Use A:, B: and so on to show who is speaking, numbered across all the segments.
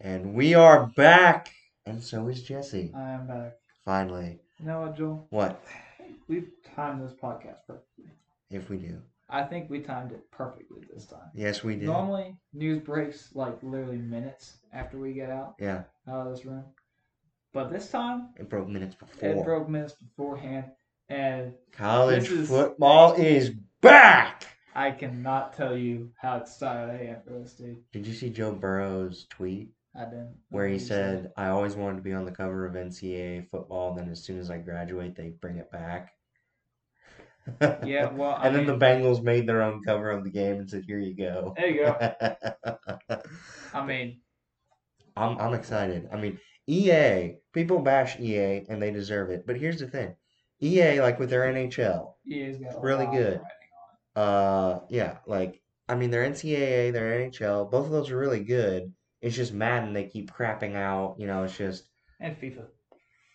A: And we are back. And so is Jesse.
B: I am back.
A: Finally.
B: You know what, Joel?
A: What?
B: We've timed this podcast perfectly.
A: If we do.
B: I think we timed it perfectly this time.
A: Yes, we do.
B: Normally, news breaks like literally minutes after we get out
A: Yeah.
B: out of this room. But this time,
A: It broke minutes
B: it
A: before.
B: broke minutes beforehand, and
A: College
B: This is-
A: football is back.
B: I cannot tell you how excited I am for this, dude.
A: Did you see Joe Burrow's tweet
B: I didn't.
A: where he said, I always wanted to be on the cover of NCAA football, then as soon as I graduate, they bring it back?
B: Yeah, well, I
A: and then
B: mean-
A: the Bengals made their own cover of the game and said, Here you go.
B: There you go. I mean,
A: I'm
B: Oh,
A: I'm excited. I mean, EA people bash EA and they deserve it. But here's the thing, EA like with their NHL,
B: EA's got a
A: Really
B: lot
A: good.
B: Of writing.
A: uh, yeah, like I mean their NCAA, their NHL, both of those are really good. It's just Madden they keep crapping out. You know, it's just
B: and FIFA.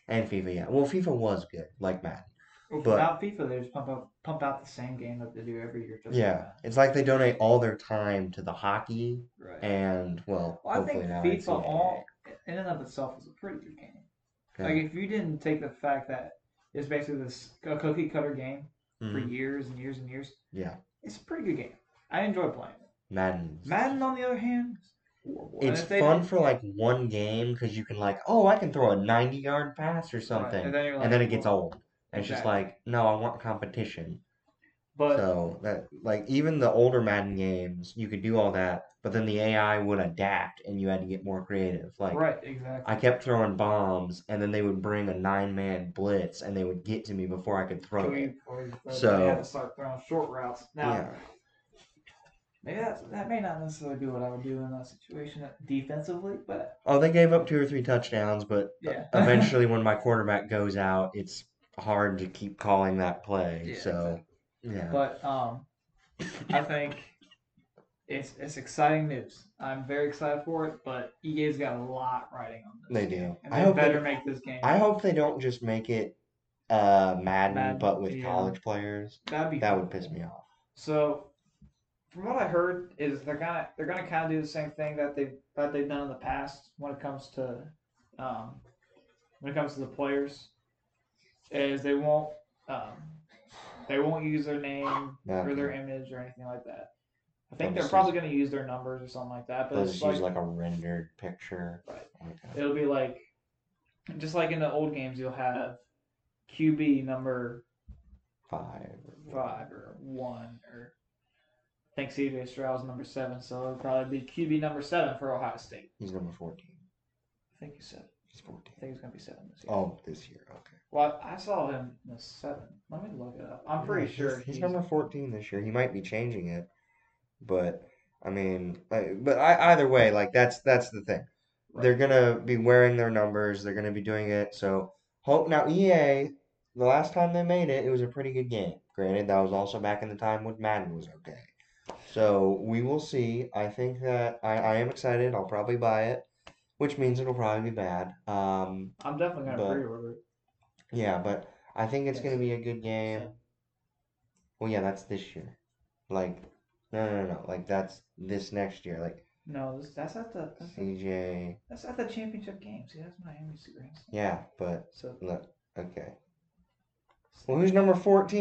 A: and FIFA. Yeah, well FIFA was good, like Madden.
B: Well,
A: But-
B: Without FIFA, they just pump out, pump out the same game that they do every year. Just
A: Yeah, it's like they donate all their time to the hockey
B: Like that. right.
A: and well,
B: Well, I think
A: hopefully now
B: FIFA
A: NCAA.
B: all in and of itself is a pretty good game.
A: Yeah.
B: Like if you didn't take the fact that it's basically this a cookie cutter game for
A: Mhm.
B: years and years and years,
A: yeah,
B: it's a pretty good game. I enjoy playing it.
A: Madden.
B: Madden, on the other hand, is horrible. And
A: It's
B: if they
A: fun
B: didn't-
A: for like one game because you can like, oh, I can throw a ninety-yard pass or
B: right,
A: something,
B: and then, you're like,
A: and then it gets
B: well,
A: old. And It's just
B: exactly.
A: like, no, I want competition.
B: But
A: so that like even the older Madden games, you could do all that, but then the AI would adapt, and you had to get more creative. Like
B: right, exactly.
A: I kept throwing bombs, and then they would bring a nine-man blitz, and they would get to me before I could throw
B: So we-
A: it.
B: or you- or
A: So-
B: they have to start throwing short routes. Now
A: Yeah,
B: maybe that's, that may not necessarily be what I would do in that situation defensively, but
A: Oh, they gave up two or three touchdowns, but
B: Yeah.
A: eventually, when my quarterback goes out, it's hard to keep calling that play.
B: Yeah,
A: so, yeah,
B: But um, I think it's it's exciting news. I'm very excited for it. But EA's got a lot riding on this.
A: they do.
B: And
A: I
B: they
A: hope
B: better
A: they,
B: make this game.
A: I hope they don't just make it uh, Madden,
B: Madden,
A: but with
B: yeah.
A: college players.
B: That'd be
A: That would piss me off.
B: So, from what I heard, is they're gonna they're gonna kind of do the same thing that they that they've done in the past when it comes to um, when it comes to the players, is they won't um, they won't use their name
A: Yeah,
B: or their
A: okay.
B: image or anything like that. I think
A: They'll
B: they're
A: just
B: probably gonna use their numbers or something like that, but
A: They'll
B: it's
A: just
B: like,
A: use like a rendered picture.
B: Right.
A: Okay.
B: it'll be like just like in the old games, you'll have QB number
A: Five.
B: five or one or I think CJ Stroud's number seven, so it'll probably be QB number seven for Ohio State.
A: He's number fourteen.
B: I think he's seven.
A: He's fourteen.
B: I think he's gonna be seven this year.
A: Oh, this year. Okay.
B: Well, I I saw him in the seven. Let me look it up. I'm pretty
A: Yeah,
B: sure
A: he's, he's number fourteen this year. He might be changing it, but I mean, like, but I, either way, like that's that's the thing. They're gonna be wearing their numbers. They're gonna be doing it. So hope now EA. The last time they made it, it was a pretty good game. Granted, that was also back in the time when Madden was okay. So we will see. I think that I, I am excited. I'll probably buy it, which means it'll probably be bad. Um,
B: I'm definitely gonna
A: but-
B: pre-order it.
A: yeah, but I think it's
B: Yes.
A: gonna be a good game. Well, yeah, that's this year. Like, no, no, no, no. Like, that's this next year. Like,
B: No, this, that's at the that's,
A: CJ.
B: that's at the championship game. See, that's Miami Grand Slam.
A: Yeah, but
B: So
A: look, okay. Well, who's number 14?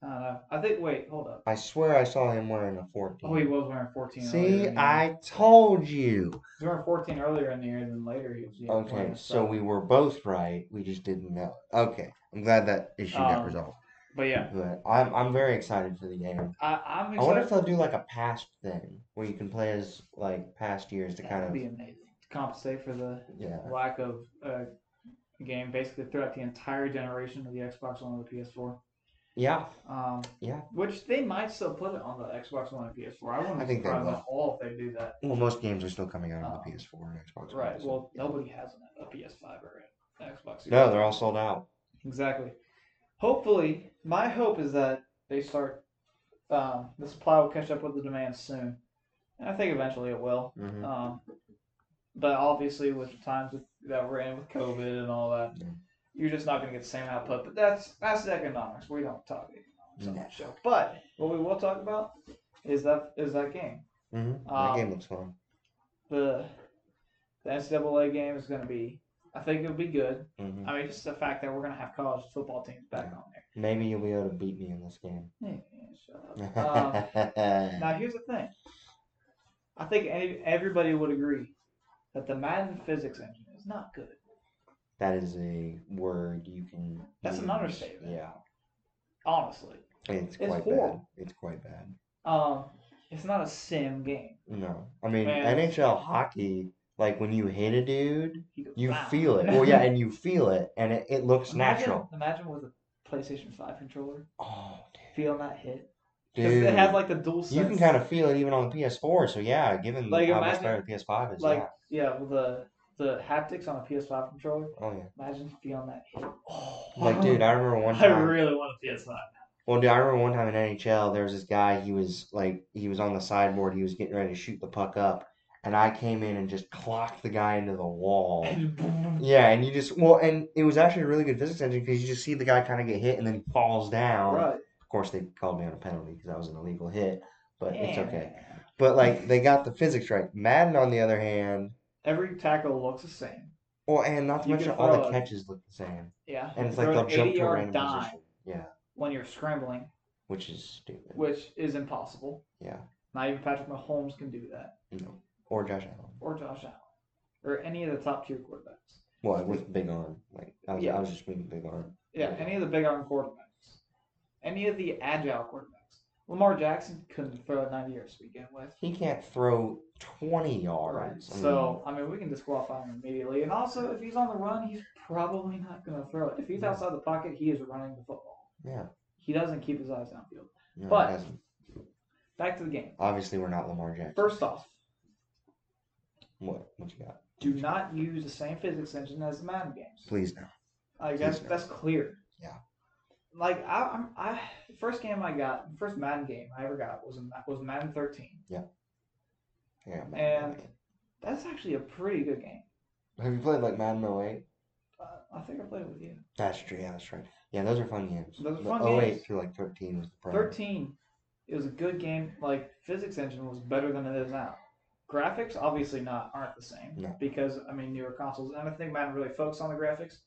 B: I don't know. Uh, I think. Wait, hold up.
A: I swear I saw him wearing a 14.
B: Oh, he was wearing 14. earlier in
A: See,
B: the year.
A: I told you.
B: he was wearing 14 earlier in the year, than later he was. yeah,
A: Okay,
B: wearing
A: so
B: seven.
A: we were both right. We just didn't know. Okay, I'm glad that issue got
B: Um,
A: resolved.
B: But yeah,
A: But I'm, I'm very excited for the game.
B: I, I'm excited.
A: I wonder if they'll do like a past thing where you can play as like past years to
B: That would
A: kind
B: be
A: of
B: amazing. To compensate for the
A: yeah.
B: lack of uh, game basically throughout the entire generation of the Xbox One and the PS4.
A: Yeah,
B: Um,
A: Yeah.
B: Which they might still put it on the Xbox One and PS4. I wouldn't
A: I
B: be
A: think they
B: surprised
A: will.
B: at all if they do that.
A: Well, most games are still coming out on
B: Oh.
A: the PS4 and Xbox. One,
B: Right.
A: so-
B: Well, nobody has a PS5 or an Xbox.
A: no, they're all sold out.
B: Exactly. Hopefully, my hope is that they start. Um, the supply will catch up with the demand soon, and I think eventually it will.
A: hmm
B: Um, but obviously, with the times with, that we're in with COVID and all that,
A: Yeah.
B: you're just not going to get the same output. But that's that's the economics. We don't talk economics on that show. But what we will talk about is that is that game.
A: hmm
B: Um,
A: that game looks fun.
B: The the NCAA game is going to be. I think it'll be good.
A: hmm
B: I mean, just the fact that we're going to have college football teams back on there.
A: Maybe you'll be able to beat me in this game.
B: Yeah, yeah, shut up. Um, now here's the thing. I think any, everybody would agree that the Madden physics engine is not good.
A: that is a word you can.
B: That's an
A: use.
B: understatement.
A: Yeah,
B: Honestly,
A: it's
B: It's
A: quite bad.
B: horrible.
A: It's quite bad.
B: um, it's not a sim game.
A: No, I mean
B: Man.
A: NHL hockey. Like when you hit a dude,
B: go,
A: you
B: "Wow."
A: feel it. Well, yeah, and you feel it, and it, it looks
B: Imagine-
A: natural.
B: Imagine with a PlayStation Five controller
A: Oh,
B: feeling that hit
A: dude.
B: because it has like the dual sense.
A: you can kind of feel it even on the PS4. So yeah, given
B: Like,
A: how much
B: imagine-
A: better the PS5 is,
B: like yeah, with the the haptics on a PS5 controller.
A: yeah. Oh yeah.
B: Imagine feeling that hit. Oh,
A: Like dude, I remember one
B: I
A: time.
B: really want a PS5.
A: Well, dude, I remember one time in NHL, there was this guy. He was like, he was on the sideboard. He was getting ready to shoot the puck up, and I came in and just clocked the guy into the wall. Yeah, and you just well, and it was actually a really good physics engine because you just see the guy kind of get hit and then he falls down.
B: right.
A: Of course, they called me on a penalty because that was an illegal hit, but it's
B: Yeah.
A: okay. But like, they got the physics right. Madden, on the other hand,
B: Every tackle looks the same.
A: well, and not to
B: You
A: mention
B: can
A: all
B: throw
A: the
B: a-
A: catches look the same,
B: Yeah.
A: and it's
B: Throw
A: like they'll
B: an
A: jump to a
B: 80-yard
A: random
B: dime
A: position. Yeah,
B: when you're scrambling,
A: which is stupid.
B: which is impossible.
A: Yeah,
B: Not even Patrick Mahomes can do that,
A: no, or Josh Allen.
B: or Josh Allen, or any of the top tier quarterbacks.
A: Well, with big arm, like I was, I
B: Yeah.
A: was just meaning big arm.
B: Yeah, any of the big arm quarterbacks, any of the agile quarterbacks. Lamar Jackson couldn't throw at 90 yards to begin with.
A: He can't throw twenty
B: Right.
A: yards. I mean,
B: So I mean, we can disqualify him immediately. And also, if he's on the run, he's probably not going to throw it. If he's
A: No.
B: outside the pocket, he is running the football.
A: yeah,
B: He doesn't keep his eyes downfield.
A: no, he
B: But-
A: doesn't.
B: Back to the game.
A: obviously we're not Lamar Jackson.
B: First off,
A: What? What you got?
B: do not use the same physics engine as the Madden games.
A: Please no.
B: Like that's
A: Please no.
B: that's clear.
A: Yeah.
B: Like I, I'm, I the first game I got, the first Madden game I ever got was a, Ma- was Madden 13.
A: Yeah. Madden
B: And-
A: 08.
B: That's actually a pretty good game.
A: have you played like Madden 08?
B: Uh, I think I played it with you.
A: That's true. Yeah, that's right. Yeah, those are fun games.
B: Those are
A: But
B: fun
A: 08
B: games.
A: through like 13 was the prime.
B: 13, it was a good game. Like physics engine was better than it is now. Graphics obviously not aren't the same
A: No.
B: because I mean newer consoles. And I think Madden really focused on the graphics.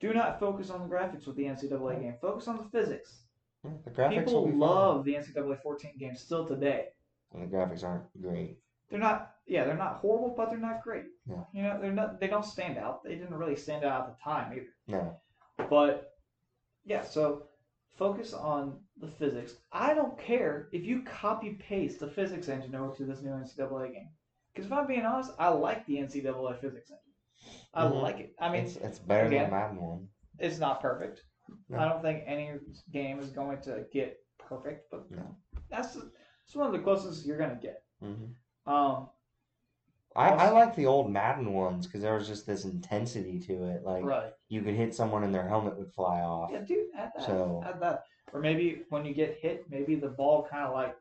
B: Do not focus on the graphics with the NCAA game. Focus on the physics.
A: Yeah, the graphics will
B: People
A: be fun.
B: love the NCAA 14 game still today.
A: And the graphics aren't great.
B: they're not yeah they're not horrible but they're not great
A: Yeah.
B: you know they're not they don't stand out they didn't really stand out at the time either
A: No.
B: but yeah so focus on the physics i don't care if you copy paste the physics engine over to this new ncaa game because if i'm being honest i like the ncaa physics engine i
A: Mhm.
B: like it i mean
A: it's it's better than
B: again-
A: Madden one.
B: it's not perfect.
A: No.
B: I don't think any game is going to get perfect, but
A: No.
B: that's that's one of the closest you're gonna get.
A: hmm
B: Um,
A: I, I
B: Also-
A: like the old Madden ones because there was just this intensity to it. Like
B: right?
A: you could hit someone and their helmet would fly off.
B: Yeah, dude, add that.
A: So-
B: add that. Or maybe when you get hit, maybe the ball kind of like,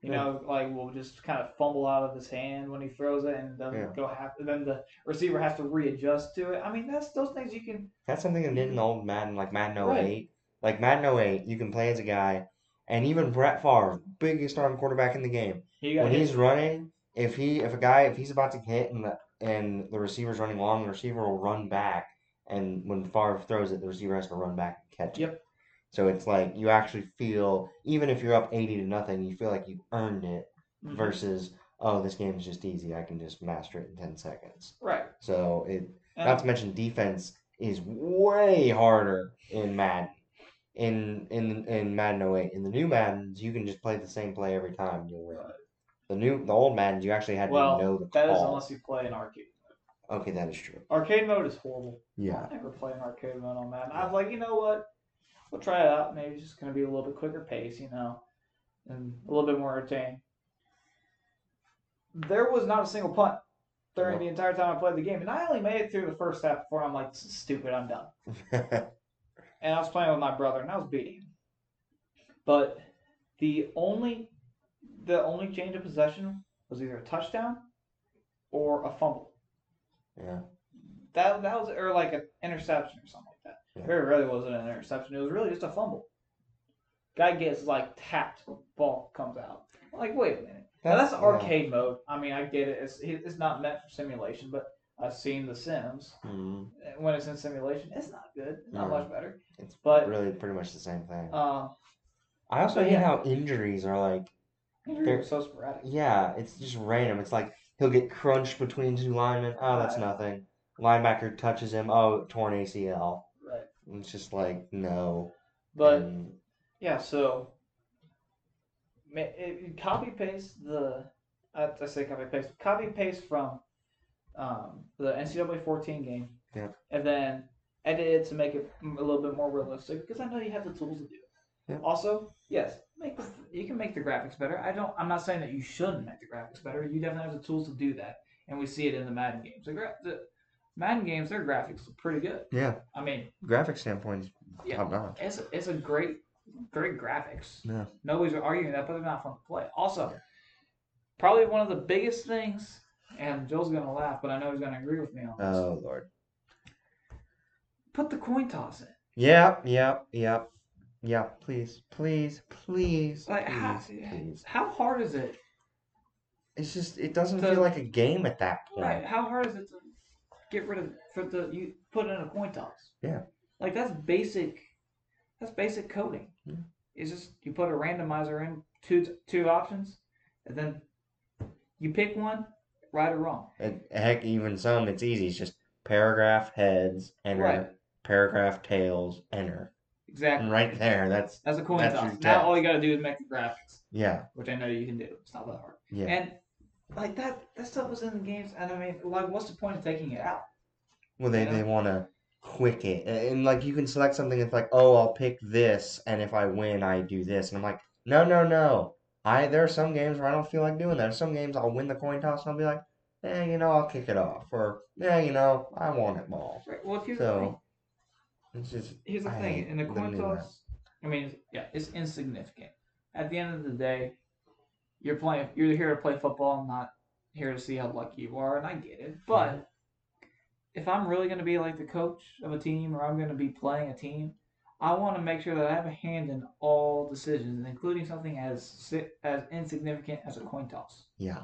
B: you
A: Yeah.
B: know, like will just kind of fumble out of his hand when he throws it, and then
A: Yeah.
B: go half. Then the receiver has to readjust to it. I mean, that's those things you can.
A: That's something they did in the old Madden, like Madden 08.
B: Right.
A: Like Madden 08, you can play as a guy, and even Brett Favre, biggest arm quarterback in the game,
B: You got
A: when
B: hit.
A: he's running, if he if a guy if he's about to hit and the and the receiver's running long, the receiver will run back, and when Favre throws it, the receiver has to run back and catch it.
B: Yep.
A: So it's like you actually feel, even if you're up 80 to nothing, you feel like you earned it.
B: Mhm.
A: versus oh this game's just easy i can just master it in 10 seconds
B: right.
A: so it
B: And
A: not to mention defense is way harder in madden in in in madden 08 in the new maddens you can just play the same play every time you'll win
B: Right.
A: the new the old maddens you actually had
B: Well,
A: to know the
B: that is
A: call
B: unless you play in arcade.
A: okay that is true
B: Arcade mode is horrible.
A: yeah
B: I never played an arcade mode on Madden. I was like, you know what? We'll try it out. Maybe it's just going to be a little bit quicker pace, you know, and a little bit more entertaining. There was not a single punt during the entire time I played the game, and I only made it through the first half before I'm like, this is stupid, I'm done. And I was playing with my brother, and I was beating him. But the only, the only change of possession was either a touchdown or a fumble
A: yeah
B: that that was or like an interception or something like that.
A: Yeah.
B: Very rarely was it an interception. It was really just a fumble. Guy gets like tapped, ball comes out. I'm like, wait a minute. Now, that's
A: yeah.
B: arcade mode. I mean, I get it. It's it's not meant for simulation, but I've seen The Sims
A: Mhm.
B: when it's in simulation. It's not good. It's not
A: No.
B: much better.
A: It's
B: But-
A: really pretty much the same thing.
B: Um,
A: I also
B: but
A: hate
B: yeah.
A: how injuries are like,
B: they're so sporadic.
A: yeah, it's just random. It's like he'll get crunched between two linemen. Oh, that's
B: Right.
A: nothing. Linebacker touches him. Oh, torn ACL.
B: Right.
A: It's just like no.
B: But
A: And
B: yeah, so ma- if you copy paste the I, I say copy paste copy paste from um, the NCAA 14 game,
A: Yeah.
B: and then edit it to make it m- a little bit more realistic because I know you have the tools to do it.
A: Yeah.
B: Also, yes, make the, you can make the graphics better. I don't. I'm not saying that you shouldn't make the graphics better. You definitely have the tools to do that, and we see it in the Madden games. The, gra- the Madden games, their graphics look pretty good.
A: yeah,
B: I mean,
A: graphic standpoint,
B: Yeah.
A: top notch.
B: it's a, it's a great, great graphics.
A: Yeah.
B: Nobody's arguing that, but they're not fun to play. Also, probably one of the biggest things, and Joel's gonna laugh, but I know he's gonna agree with me on this.
A: Oh lord.
B: Put the coin toss in.
A: Yep, yep, yep, yep. Please, please, please,
B: Like
A: please,
B: how,
A: please.
B: how hard is it?
A: It's just it doesn't
B: The-
A: feel like a game at that point.
B: Right. How hard is it to get rid of for the you put in a coin toss?
A: Yeah.
B: Like that's basic. That's basic coding.
A: Yeah.
B: It's just you put a randomizer in two two options, and then you pick one, right or wrong.
A: And heck, even some it's easy. It's just paragraph heads, enter.
B: Right.
A: Paragraph tails, enter.
B: Exactly.
A: And right there, that's
B: That's a coin
A: That's your
B: toss. Now
A: text.
B: all you gotta do is make the graphics,
A: yeah,
B: which I know you can do. It's not that hard.
A: yeah.
B: And like that, that stuff was in the games, and I mean, like, what's the point of taking it out?
A: Well, they,
B: You know?
A: they want to quick it. A- And, like, you can select something that's like, oh, I'll pick this, and if I win, I do this. And I'm like, no, no, no. I There are some games where I don't feel like doing that. There's some games I'll win the coin toss, and I'll be like, eh, you know, I'll kick it off. Or, yeah, you know, I want it ball.
B: Right. Well, here's the thing.
A: So, it's just,
B: Here's the
A: I
B: thing.
A: hate
B: In the
A: the
B: coin
A: new one.
B: toss, I mean, yeah, it's insignificant. At the end of the day, you're playing. You're here to play football, not here to see how lucky you are. And I get it. But if I'm really gonna be like the coach of a team, or I'm gonna be playing a team, I want to make sure that I have a hand in all decisions, including something as si- as insignificant as a coin toss.
A: yeah.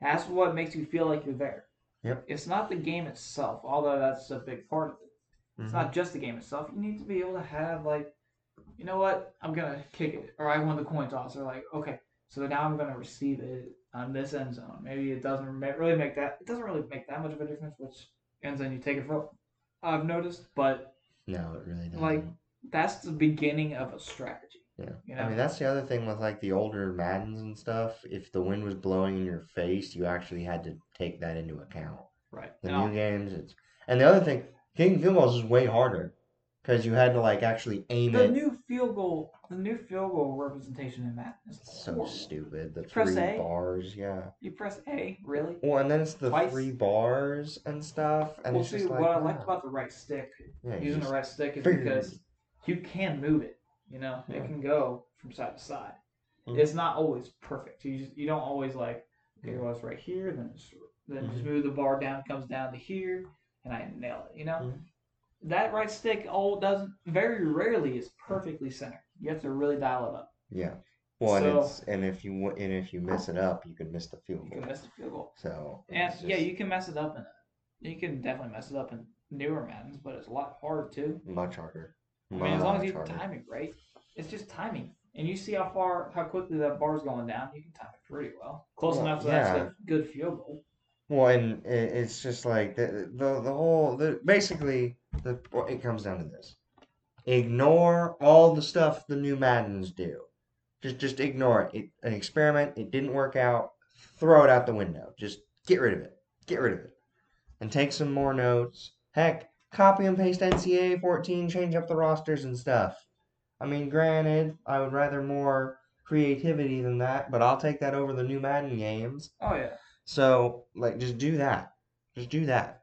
B: That's what makes you feel like you're there.
A: Yep.
B: It's not the game itself, although that's a big part of it. It's
A: Mhm.
B: not just the game itself. You need to be able to have like, you know what? I'm gonna kick it, or I won the coin toss, or like, okay, so now I'm gonna receive it on this end zone. Maybe it doesn't ma- really make that. It doesn't really make that much of a difference which end zone you take it from. I've noticed, but
A: No, it really doesn't.
B: like that's the beginning of a strategy.
A: Yeah.
B: You
A: I
B: know?
A: mean, that's the other thing with like the older Maddens and stuff. If the wind was blowing in your face, you actually had to take that into account.
B: Right.
A: The
B: And I'll-
A: new games, it's and the other thing, kicking field goals is way harder because you had to like actually aim
B: the
A: it.
B: new field goal, the new field goal representation in that is
A: It's so
B: horrible.
A: stupid. The
B: Press
A: three
B: A.
A: bars, yeah.
B: You press A, really?
A: Well, and then it's the
B: Twice.
A: three bars and stuff, and
B: well,
A: it's
B: see,
A: just like
B: what I liked
A: wow.
B: about the right stick,
A: yeah, you
B: using the
A: just-
B: right stick, is
A: figured-
B: because you can move it. You know, it
A: Yeah.
B: can go from side to side.
A: Mhm.
B: It's not always perfect. You just, you don't always like, okay,
A: Yeah.
B: well, it's right here, then it's, then just
A: Mhm.
B: move the bar down, comes down to here, and I nail it. You know,
A: Mhm.
B: that right stick all doesn't very rarely is perfectly centered. You have to really dial it up.
A: yeah. Well, and
B: So-
A: it's and if you wa- and if you mess it up, you can miss the field
B: You
A: goal.
B: can miss the field goal.
A: So
B: And
A: it's
B: yeah,
A: just
B: you can mess it up in it. You can definitely mess it up in newer Maddens, but it's a lot harder too.
A: much harder.
B: I mean, as long as
A: Much
B: you
A: harder.
B: time it right, it's just timing. And you see how far, how quickly that bar's going down. You can time it pretty well, close
A: Well,
B: enough to
A: yeah.
B: that's a good field goal.
A: Well, and i- it's just like the the, the whole the basically the well, it comes down to this: ignore all the stuff the new Maddens do. Just just ignore it. it. An experiment. It didn't work out. Throw it out the window. Just get rid of it. Get rid of it. And take some more notes. Heck, copy and paste NCAA 14. Change up the rosters and stuff. I mean, granted, I would rather more creativity than that, but I'll take that over the new Madden games.
B: Oh yeah,
A: So, like, just do that. Just do that.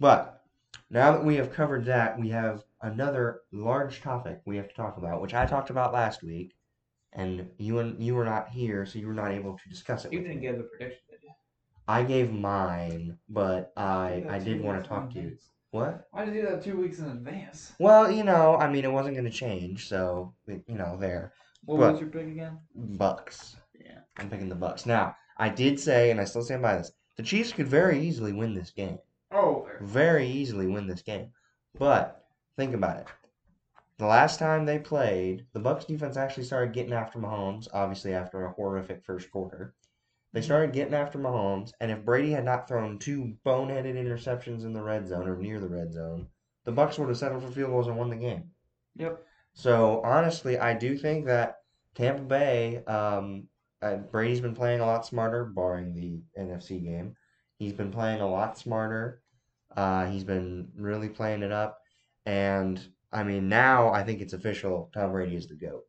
A: But now that we have covered that, we have another large topic we have to talk about, which I talked about last week, and you and you were not here, so you were not able to discuss it.
B: you
A: with
B: didn't
A: me.
B: give the prediction. Did you?
A: I gave mine, but I I did want to talk to you. What?
B: Why did you do that two weeks in advance?
A: Well, you know, I mean, it wasn't going to change, so you know, there
B: What
A: But-
B: was your pick again?
A: bucks.
B: Yeah.
A: I'm picking the Bucks. Now, I did say, and I still stand by this, the Chiefs could very easily win this game.
B: Oh,
A: Very easily win this game. But think about it. The last time they played, the Bucks defense actually started getting after Mahomes, obviously after a horrific first quarter. They started getting after Mahomes, and if Brady had not thrown two boneheaded interceptions in the red zone or near the red zone, the Bucks would have settled for field goals and won the game.
B: Yep.
A: So honestly, I do think that Tampa Bay, um, uh, Brady's been playing a lot smarter, barring the NFC game. He's been playing a lot smarter. Uh, he's been really playing it up, and I mean now I think it's official. Tom Brady is the goat.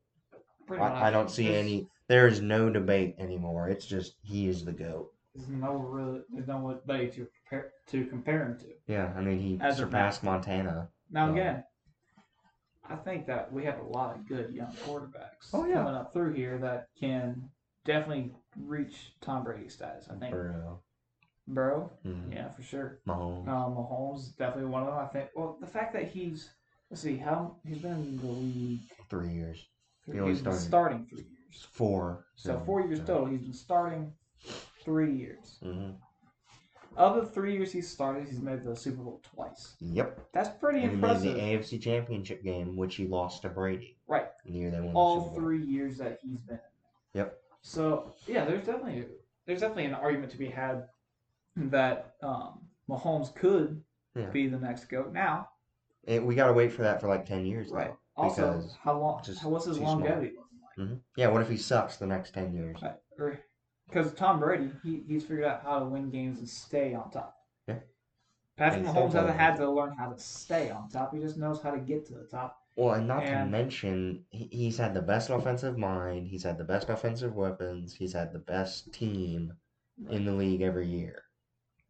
B: pretty much.
A: I, I don't see
B: There's-
A: any. There is no debate anymore. It's just he is the goat.
B: There's no really, there's no one way to compare to compare him to.
A: Yeah, I mean he
B: As of now.
A: surpassed Montana.
B: Now
A: Um,
B: again, I think that we have a lot of good young quarterbacks
A: Oh, yeah.
B: coming up through here that can definitely reach Tom Brady's status. I think
A: Burrow,
B: Burrow,
A: mhm,
B: yeah, for sure.
A: Mahomes.
B: Um, Mahomes is definitely one of them. I think. Well, the fact that he's let's see how he's been in the league.
A: Three years. He
B: He's
A: only
B: been
A: started-
B: starting three years,
A: Four.
B: so four years total. He's been starting three years.
A: hmm
B: Of the three years he's started, he's made the Super Bowl twice.
A: Yep.
B: That's pretty
A: And he made the
B: impressive.
A: AFC Championship game, which he lost to Brady.
B: right.
A: And the year they won the
B: all
A: Super Bowl.
B: three years that he's been.
A: Yep.
B: So yeah, there's definitely there's definitely an argument to be had that um, Mahomes could
A: Yeah.
B: be the next goat. Now,
A: And we gotta wait for that for like ten years.
B: right?
A: Though.
B: Also,
A: Because
B: how long?
A: just
B: How what's his
A: too small.
B: longevity?
A: hmm Yeah. What if he sucks the next ten years?
B: Because Tom Brady, he, he's figured out how to win games and stay on top.
A: Yeah.
B: Patrick
A: And stay
B: Mahomes hasn't
A: relevant.
B: had to learn how to stay on top. He just knows how to get to the top.
A: Well, and not to
B: And-
A: mention, he, he's had the best offensive mind. He's had the best offensive weapons. He's had the best team in the league every year.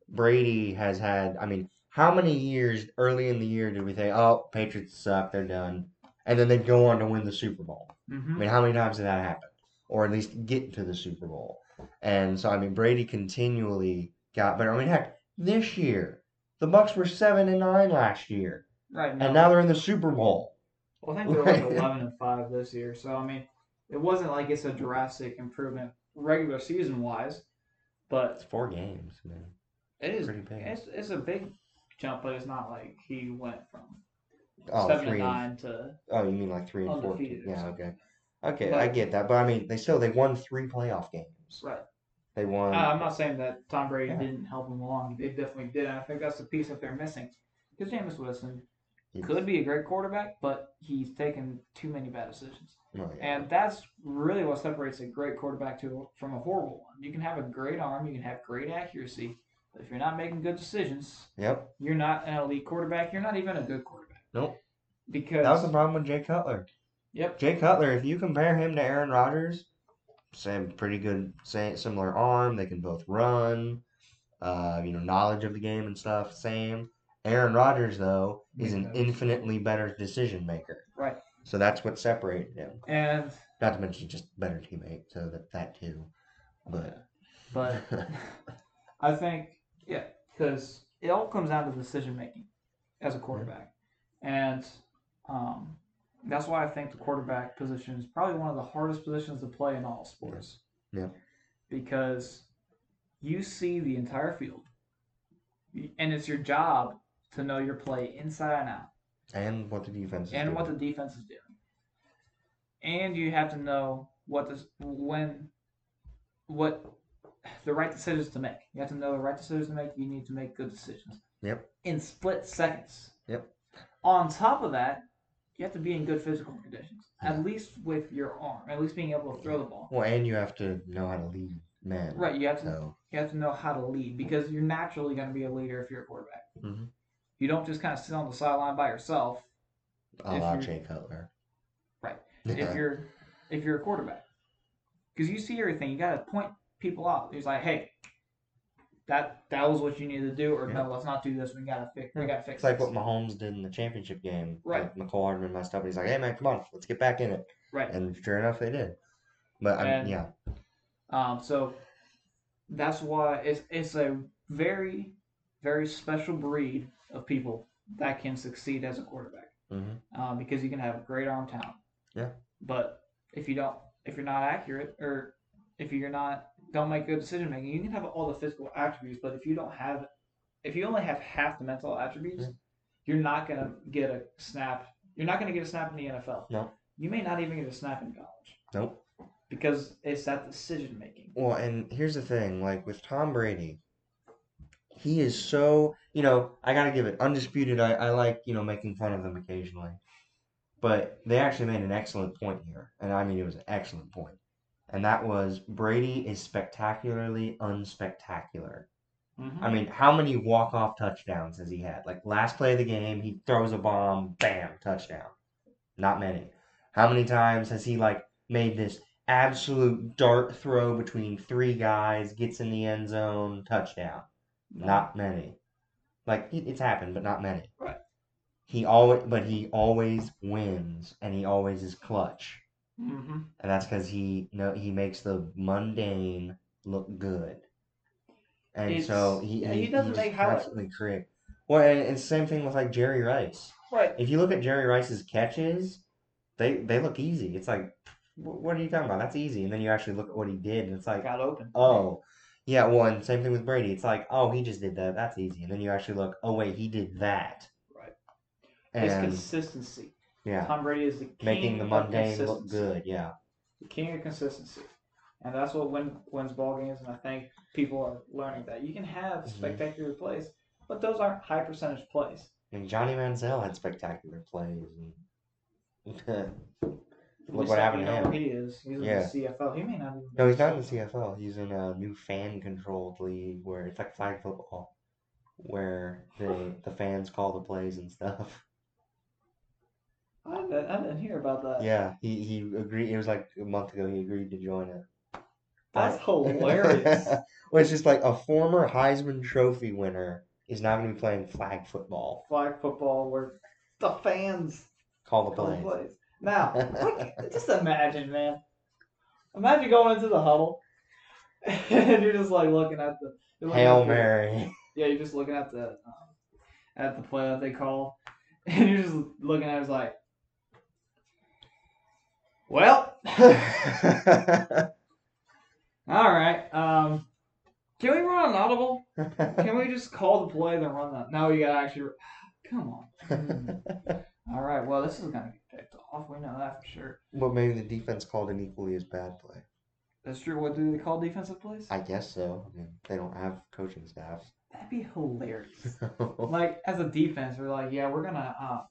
A: Brady has had. I mean, how many years early in the year did we think, "Oh, Patriots suck. They're done," and then they'd go on to win the Super Bowl. I
B: Mm-hmm.
A: mean, how many times did that happen? Or at least get to the Super Bowl. And so I mean Brady continually got better. I mean heck, this year. The Bucks were seven and nine last year.
B: Right now,
A: And now they're in the Super Bowl.
B: Well, I think they're like
A: Right.
B: eleven and five this year. So I mean, it wasn't like it's a drastic improvement regular season wise, but
A: It's four games, man.
B: it is
A: Pretty big.
B: it's, it's a big jump. But it's not like he went from
A: Oh,
B: seven
A: three
B: and
A: and-
B: nine to
A: oh, you mean like three and four.
B: Undefeated or
A: Yeah,
B: something.
A: okay. Okay,
B: But-
A: I get that. But I mean they still they won three playoff games.
B: right.
A: They won
B: Uh, I'm not saying that Tom Brady
A: Um, Yeah.
B: didn't help him along. They definitely did. And I think that's the piece that they're missing. Because Jameis Winston
A: Yes.
B: could be a great quarterback, but he's taken too many bad decisions.
A: Oh, yeah.
B: And that's really what separates a great quarterback to from a horrible one. You can have a great arm, you can have great accuracy, but if you're not making good decisions,
A: Yep.
B: you're not an elite quarterback. You're not even a good quarterback.
A: Nope.
B: Because
A: That was the problem with Jay Cutler.
B: yep,
A: Jay Cutler, if you compare him to Aaron Rodgers, same pretty good, same similar arm. They can both run. Uh, you know, knowledge of the game and stuff. Same. Aaron Rodgers though is an
B: Yeah.
A: infinitely better decision maker.
B: right.
A: So that's what separated him.
B: And
A: Not to mention just better teammate. So that that too. But
B: but I think yeah, because it all comes down to decision making as a quarterback, and um, that's why I think the quarterback position is probably one of the hardest positions to play in all sports.
A: Yeah.
B: Because you see the entire field, y- and it's your job to know your play inside and out
A: and what the defense is
B: and what the
A: doing.
B: defense is doing. And you have to know what this when what the right decisions to make. You have to know the right decisions to make. You need to make good decisions.
A: Yep.
B: In split seconds.
A: Yep.
B: On top of that, you have to be in good physical conditions, at least with your arm, at least being able to throw the ball.
A: well, and you have to know how to lead men.
B: Right. You have to
A: So
B: you have to know how to lead because you're naturally going to be a leader if you're a quarterback.
A: Mhm.
B: You don't just kind of sit on the sideline by yourself
A: a
B: If
A: la
B: you-
A: Jay Cutler.
B: Right.
A: Yeah.
B: if you're if you're a quarterback because you see everything you got to point people out he's like hey that that was what you needed to do or
A: Yeah.
B: no let's not do this we gotta fix we gotta fix
A: It's like
B: this.
A: what Mahomes did in the championship game.
B: Right.
A: Like McCall Hardman messed up, and he's like, "Hey man, come on, let's get back in it."
B: right
A: And sure enough, they did. But I mean,
B: And-
A: yeah,
B: um so that's why it's it's a very very special breed of people that can succeed as a quarterback
A: hmm
B: um, because you can have great arm talent.
A: Yeah.
B: But if you don't, if you're not accurate, or if you're not don't make good decision making, you can have all the physical attributes, but if you don't have, if you only have half the mental attributes,
A: Mhm.
B: you're not gonna get a snap. You're not gonna get a snap in the NFL.
A: No.
B: You may not even get a snap in college.
A: Nope.
B: Because it's that decision making.
A: Well, and here's the thing, like with Tom Brady, he is so you know, I gotta give it undisputed. I, I like, you know, making fun of them occasionally. But they actually made an excellent point here. And I mean it was an excellent point. And that was Brady is spectacularly unspectacular.
B: Mm-hmm.
A: I mean, how many walk off touchdowns has he had? Like last play of the game, he throws a bomb, bam, touchdown. Not many. How many times has he like made this absolute dart throw between three guys, gets in the end zone, touchdown? Not many. Like it- it's happened, but not many.
B: Right.
A: He always, but he always wins, and he always is clutch,
B: hmm
A: and that's because he no he makes the mundane look good. And so
B: It's-
A: he,
B: yeah,
A: he,
B: he doesn't
A: he's
B: make highlights.
A: constantly creating. Well, and it's same thing with like Jerry Rice.
B: Right.
A: If you look at Jerry Rice's catches, they they look easy. It's like, wh- what are you talking about? That's easy. And then you actually look at what he did, and it's like,
B: Got open.
A: oh, yeah. Well, and same thing with Brady. It's like, oh, he just did that. That's easy. And then you actually look, oh wait, he did that.
B: Right. It's
A: And
B: consistency.
A: yeah,
B: Tom Brady is the king
A: making the
B: of
A: mundane look
B: consistency.
A: good. Yeah.
B: The king of consistency, and that's what win, wins ball games. And I think people are learning that you can have
A: Mhm.
B: spectacular plays, but those aren't high percentage plays.
A: And Johnny Manziel had spectacular plays. And
B: We
A: look
B: saw-
A: what happened
B: we
A: to
B: know
A: him.
B: where He is. He's
A: Yeah.
B: in the CFL. He may not. Even
A: No, he's not in the CFL. He's in a new fan-controlled league where it's like flag football, where the the fans call the plays and stuff.
B: I didn't, I didn't hear about that.
A: Yeah, he he agreed. It was like a month ago. He agreed to join it.
B: That's hilarious.
A: well, it's just like a former Heisman Trophy winner is now going to be playing flag football.
B: Flag football, where the fans
A: Call the
B: call the
A: plays.
B: plays. Now, look, just imagine, man. Imagine going into the huddle, and you're just like looking at the you're looking
A: Hail
B: at the-
A: Mary.
B: Yeah, you're just looking at the um, at the play that they call, and you're just looking at it it's like, well, all right. Um, can we run an audible? Can we just call the play then run that? No, you gotta actually. Come on. all right. Well, this is gonna get picked off. We know that for sure.
A: But maybe the defense called an equally as bad play.
B: That's true. What do they call defensive plays?
A: I guess so. I mean, they don't have coaching staffs.
B: That'd be hilarious. like as a defense, we're like, yeah, we're gonna uh,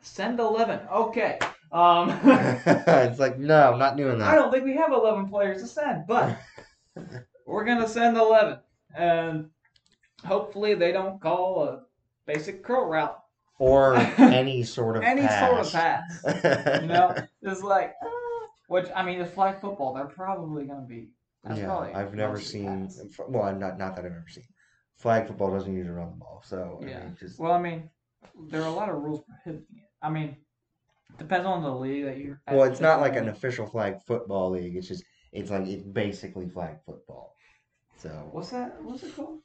B: send eleven. Okay. Um.
A: it's like, no, I'm not doing
B: I
A: that.
B: don't think we have 11 players to send, but we're going to send 11. And hopefully they don't call a basic curl route.
A: Or any sort of
B: Any
A: pass.
B: sort of pass.
A: pass.
B: You know? It's like, uh, which, I mean, it's flag football. They're probably going to be. that's
A: yeah,
B: probably
A: I've never
B: mostly
A: seen.
B: pass.
A: Well, I'm not not that I've ever seen. Flag football doesn't usually run the ball, so I
B: Yeah.
A: mean, just
B: Well, I mean, there are a lot of rules prohibiting it. I mean, depends on the league that you're.
A: well, it's not like an official flag football league. It's just it's like it's basically flag football. So
B: What's that? What's it called?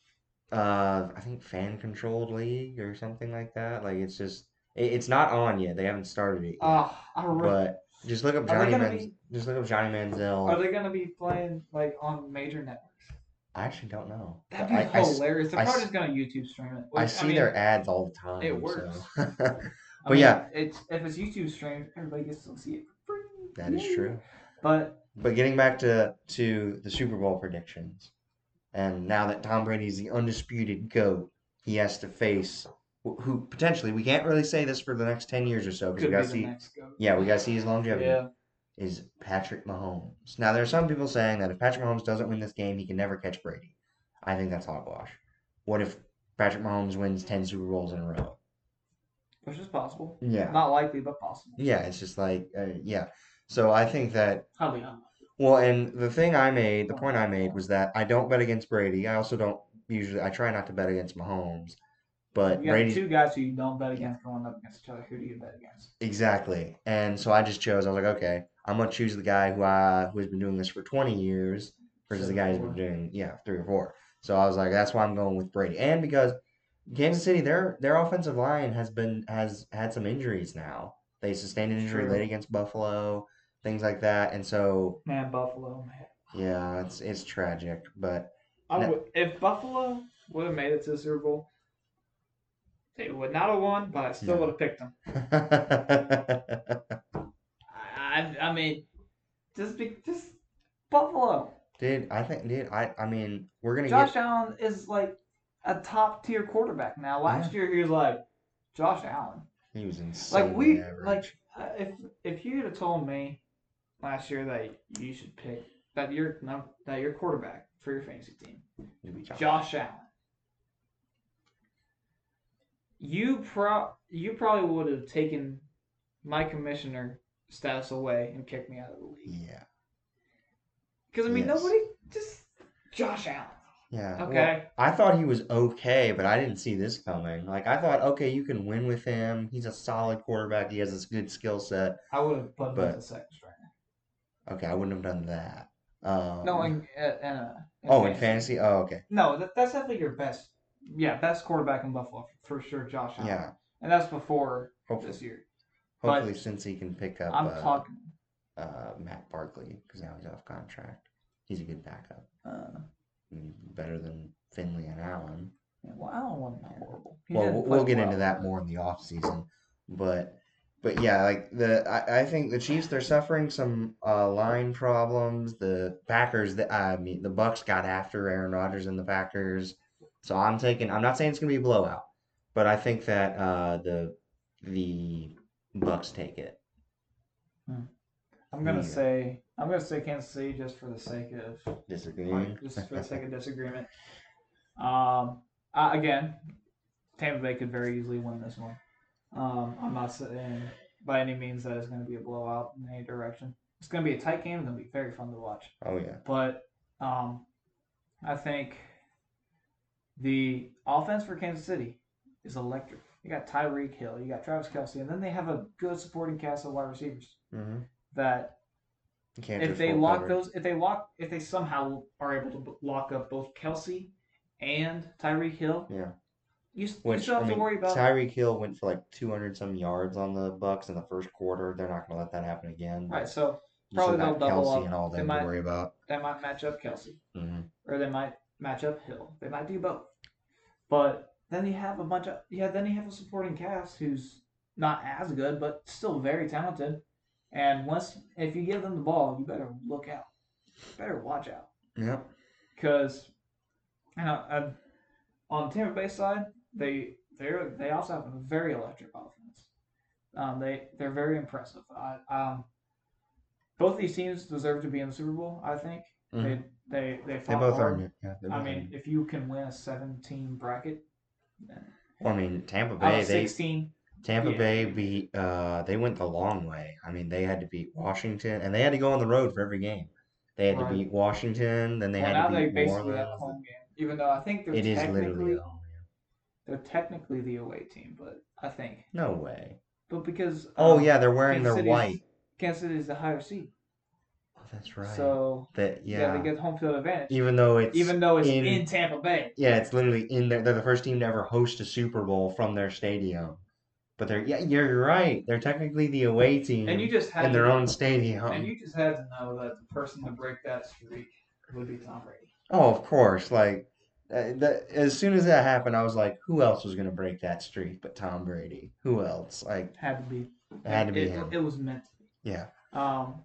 A: uh, I think fan controlled league or something like that. Like it's just it, it's not on yet. They haven't started it yet.
B: Oh, I re-
A: But just look up
B: Are
A: Johnny
B: they gonna
A: Manz- just look up Johnny Manziel.
B: are they going to be playing like on major networks?
A: I actually don't know.
B: That'd be
A: I, I s-
B: hilarious. They're
A: I
B: probably
A: s-
B: just gonna YouTube stream it.
A: I
B: which,
A: see
B: mean,
A: their ads all the time.
B: it works.
A: So.
B: I
A: but
B: mean,
A: yeah.
B: it's if it's YouTube streamed, everybody gets to see it for free.
A: that is
B: Yay.
A: true.
B: But
A: But getting back to to the Super Bowl predictions, and now that Tom Brady's the undisputed goat, he has to face wh- who potentially we can't really say this for the next ten years or so because we
B: could be
A: gotta
B: the
A: see.
B: next go.
A: Yeah, we gotta see his longevity.
B: Yeah.
A: Is Patrick Mahomes. Now there are some people saying that if Patrick Mahomes doesn't win this game, he can never catch Brady. I think that's hogwash. What if Patrick Mahomes wins ten Super Bowls in a row?
B: Which is possible.
A: Yeah.
B: Not likely, but possible.
A: Yeah, it's just like, uh, yeah. So I think that,
B: Highly unlikely.
A: well, and the thing I made, the point I made was that I don't bet against Brady. I also don't usually, I try not to bet against Mahomes, but
B: You got
A: Brady's
B: two guys who you don't bet against going up against each other. Who do you bet against?
A: exactly. And so I just chose, I was like, okay, I'm going to choose the guy who I, who has been doing this for 20 years versus the guy who's been
B: Four.
A: doing, yeah, three or four. So I was like, that's why I'm going with Brady. And because Kansas City, their, their offensive line has been, has had some injuries now. They sustained an injury
B: True.
A: late against Buffalo, things like that. And so,
B: Man, Buffalo, man.
A: Yeah, it's it's tragic, but
B: I
A: No.
B: would- if Buffalo would have made it to the Super Bowl, they would not have won, but I still
A: No.
B: would have picked them. I, I I mean, just be just Buffalo.
A: dude, I think dude, I I mean, we're gonna
B: Josh
A: get
B: Allen is like a top tier quarterback now. Last year he was like Josh Allen.
A: he was insane.
B: Like we like uh, if if you'd have told me last year that you should pick that your num- that your quarterback for your fantasy team Josh Allen. You pro you probably would have taken my commissioner status away and kicked me out of the league.
A: Yeah,
B: Because I mean
A: Yes.
B: nobody just Josh Allen.
A: yeah. well,
B: Okay.
A: I thought he was okay, but I didn't see this coming. Like I thought, okay, you can win with him. He's a solid quarterback. He has this good skill set.
B: I would have put him
A: But-
B: as a second striker.
A: Okay, I wouldn't have done that. Um,
B: No, in, uh, in, uh,
A: oh, in fantasy. Oh, okay.
B: No, that, that's definitely your best. Yeah, best quarterback in Buffalo for sure, Josh Allen.
A: Yeah.
B: and that's before
A: Hopefully,
B: this year. but-
A: hopefully, since he can pick up
B: I'm
A: uh,
B: talking.
A: uh, Matt Barkley because now he's off contract. He's a good backup.
B: Uh,
A: I mean, better than Finley and Allen.
B: well, Allen wasn't horrible. He
A: well,
B: didn't
A: we'll
B: play
A: we'll get
B: well.
A: into that more in the off season, but but yeah, like the I, I think the Chiefs they're suffering some uh, line problems. The Packers, the, I mean, the Bucks got after Aaron Rodgers and the Packers, so I'm taking. I'm not saying it's gonna be a blowout, but I think that uh, the the Bucks take it.
B: I'm
A: Yeah.
B: gonna say I'm gonna say Kansas City just for the sake of
A: Disagreeing.
B: just for the sake of disagreement. Um, uh, again, Tampa Bay could very easily win this one. Um, I'm not saying by any means that it's gonna be a blowout in any direction. It's gonna be a tight game. It's gonna be very fun to watch.
A: Oh yeah,
B: But um, I think the offense for Kansas City is electric. You got Tyreek Hill, you got Travis Kelsey, and then they have a good supporting cast of wide receivers
A: mm-hmm.
B: that
A: you can't
B: if
A: just
B: they
A: hold
B: lock
A: coverage.
B: those, if they lock, if they somehow are able to b- lock up both Kelsey and Tyreek Hill,
A: Yeah.
B: you, s- you
A: Which
B: still have
A: I mean,
B: to worry about.
A: Tyreek Hill went for like 200 some yards on the Bucks in the first quarter. They're not going to let that happen again.
B: right, so
A: You still
B: Probably
A: got
B: they'll double
A: Kelsey
B: up.
A: and all
B: They
A: them
B: might-
A: to worry about.
B: that might match up Kelsey.
A: hmm
B: or they might match up Hill. They might do both. But then you have a bunch of yeah, then you have a supporting cast who's not as good, but still very talented. And once if you give them the ball, you better look out. Better watch out
A: Yep.
B: because and I, I, on the Tampa Bay side, they they are they also have a very electric offense. Um, they they're very impressive. I, um, both these teams deserve to be in the Super Bowl. I think
A: Mhm.
B: they they they,
A: They
B: fought
A: both
B: hard.
A: earned it. Yeah, they both
B: I
A: earned
B: mean,
A: it.
B: if you can win a 17 bracket,
A: Well, I mean, Tampa
B: out
A: Bay.
B: of
A: They
B: 16,
A: Tampa
B: yeah.
A: Bay beat. Uh, they went the long way. I mean, they had to beat Washington, and they had to go on the road for every game. They had
B: Right.
A: to beat Washington, then they
B: well,
A: had
B: now
A: to
B: they
A: beat New
B: basically have a
A: Orleans.
B: home game. Even though I think they're
A: It is literally
B: technically
A: a home game.
B: they're technically the away team, but I think,
A: No way.
B: but because
A: Oh
B: um,
A: yeah, they're wearing
B: Kansas
A: their
B: City's-
A: white.
B: Kansas City is the higher seed,
A: Oh, that's right.
B: so
A: that
B: yeah.
A: yeah.
B: they get home field advantage,
A: even though it's
B: even though it's in,
A: in-
B: Tampa Bay.
A: Yeah, it's literally in there. They're the first team to ever host a Super Bowl from their stadium. But they're yeah, you're right. They're technically the away team
B: And you just had
A: in their
B: to,
A: own stadium.
B: and you just had to know that the person to break that streak would be Tom Brady.
A: oh, of course. Like uh, that, as soon as that happened, I was like, who else was gonna break that streak but Tom Brady? Who else? Like
B: Had to be.
A: it had to be
B: it,
A: him.
B: It was meant. to
A: yeah.
B: be. Um,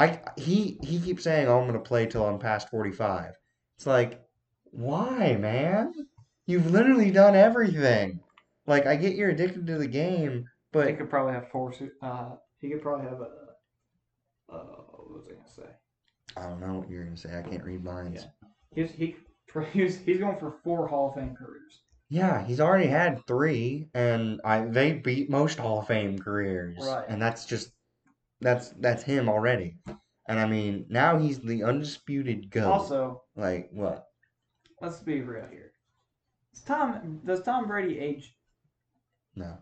A: I he he keeps saying, "Oh, I'm gonna play till I'm past 45." It's like, why, man? You've literally done everything. Like I get you're addicted to the game, but
B: He could probably have four. su- Uh, he could probably have a. Uh, what was I gonna say?
A: I don't know what you're gonna say. I can't read minds.
B: He's he he's, he's going for four Hall of Fame careers.
A: Yeah. he's already had three, and I they beat most Hall of Fame careers,
B: Right.
A: and that's just that's that's him already. And I mean, now he's the undisputed goat.
B: Also,
A: like what?
B: let's be real here. Does Tom does Tom Brady age?
A: No,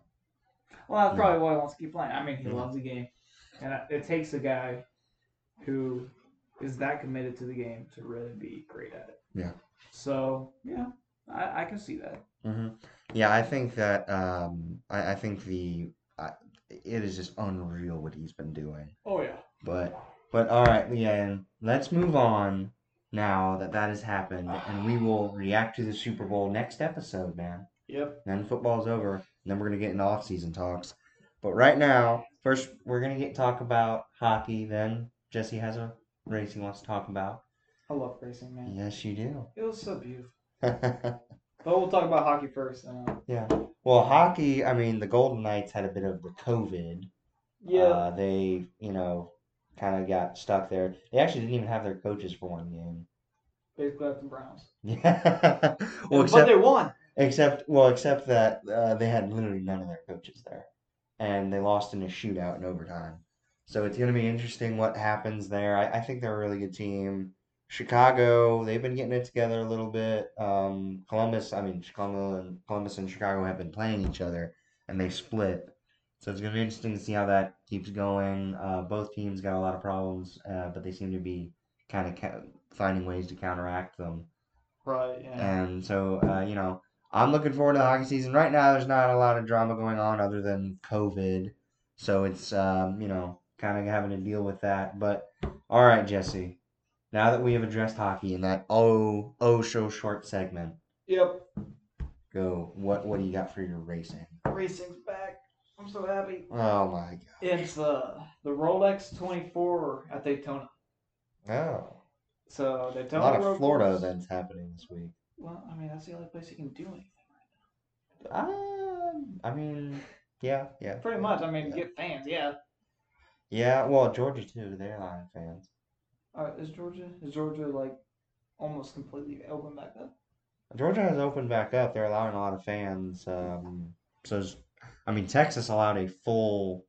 B: Well, that's
A: No.
B: probably why he wants to keep playing. I mean, he
A: Mhm.
B: loves the game, and I- it takes a guy who is that committed to the game to really be great at it.
A: Yeah.
B: So yeah, I, I can see that.
A: hmm Yeah, I think that um, I, I think the I, it is just unreal what he's been doing.
B: Oh yeah.
A: But But all right, Leanne, let's move on now that that has happened, and we will react to the Super Bowl next episode, man.
B: Yep.
A: Then football's over. And then we're gonna get into off-season talks. But right now, first we're gonna get talk about hockey. Then Jesse has a race he wants to talk about.
B: I love racing, man.
A: Yes, you do.
B: It was so beautiful. But we'll talk about hockey first. Uh,
A: well, hockey. I mean, the Golden Knights had a bit of the COVID.
B: yeah.
A: Uh, they, you know, kind of got stuck there. They actually didn't even have their coaches for one game.
B: basically, like the Browns.
A: Yeah. well,
B: but
A: except,
B: they won.
A: except, well, except that uh, they had literally none of their coaches there, and they lost in a shootout in overtime. So it's going to be interesting what happens there. I, I think they're a really good team. Chicago, they've been getting it together a little bit. Um, Columbus, I mean, Chicago and Columbus and Chicago have been playing each other, and they split. So it's going to be interesting to see how that keeps going. Uh, both teams got a lot of problems, uh, but they seem to be kind of ca- finding ways to counteract them.
B: Right. Yeah.
A: And so, uh, you know, I'm looking forward to the hockey season. Right now, there's not a lot of drama going on other than COVID. So it's, um, you know, kind of having to deal with that. But all right, Jesse, now that we have addressed hockey in that oh, oh, so short segment,
B: Yep.
A: go. What, what do you got for your racing?
B: Racing's back. I'm so happy.
A: Oh, my
B: It's uh, the Rolex 24 at Daytona.
A: God. Oh.
B: So
A: A
B: Daytona.
A: lot
B: Road
A: of Florida
B: Course-
A: events happening this week.
B: Well, I mean that's the only place you can do it.
A: Um, I mean, yeah, yeah.
B: Pretty much. I mean,
A: Yeah.
B: get fans. Yeah.
A: Yeah, well, Georgia, too. They're Lion fans.
B: Uh, is Georgia is Georgia like almost completely open back up?
A: Georgia has opened back up. They're allowing a lot of fans. Um, so, it's- I mean, Texas allowed a full.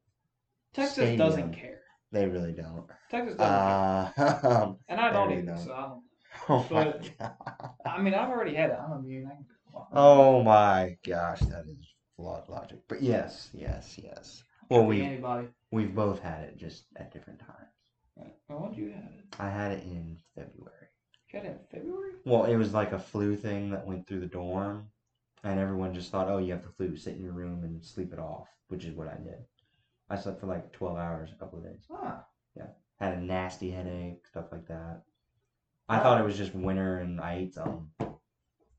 B: Texas
A: Stadium.
B: doesn't care.
A: They really don't.
B: Texas doesn't care,
A: Uh,
B: and I don't
A: there you
B: either.
A: go.
B: So I, don't,
A: oh my
B: But-
A: god!
B: I mean, I've already had it. I'm immune. I can go.
A: Oh my gosh! That is flawed logic. But yes, yes, yes. Well,
B: Could be
A: we
B: anybody.
A: we've both had it just at different times.
B: Right. Well, when did you have it?
A: I had it in February.
B: You had it in February.
A: Well, it was like a flu thing that went through the dorm, and everyone just thought, "Oh, you have the flu. Sit in your room and sleep it off," which is what I did. I slept for like twelve hours, a couple of days.
B: Huh.
A: Had a nasty headache, stuff like that.
B: Oh.
A: I thought it was just winter, and I ate something.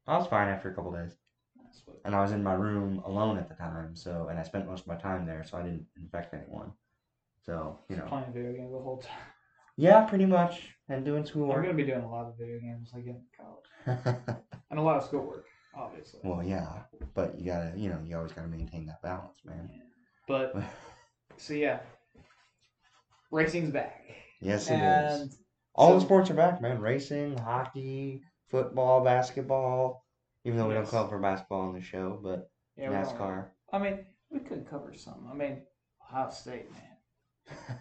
A: I was fine after a couple of days,
B: That's what-
A: and I was in my room alone at the time. So, and I spent most of my time there, so I didn't infect anyone. So, you know,
B: Playing video games the whole time.
A: yeah, pretty much, and doing
B: I'm
A: schoolwork.
B: gonna be doing a lot of video games like in college and a lot of schoolwork, obviously.
A: well, yeah, but you gotta, you know, you always gotta maintain that balance, man.
B: But so yeah, racing's back.
A: Yes, it is.
B: and
A: All the
B: so-
A: sports are back, man. Racing, hockey, football, basketball. Even though we
B: Yes.
A: don't cover basketball on the show, but
B: yeah, we don't really-
A: NASCAR.
B: I mean, we could cover some. I mean, Ohio State, man.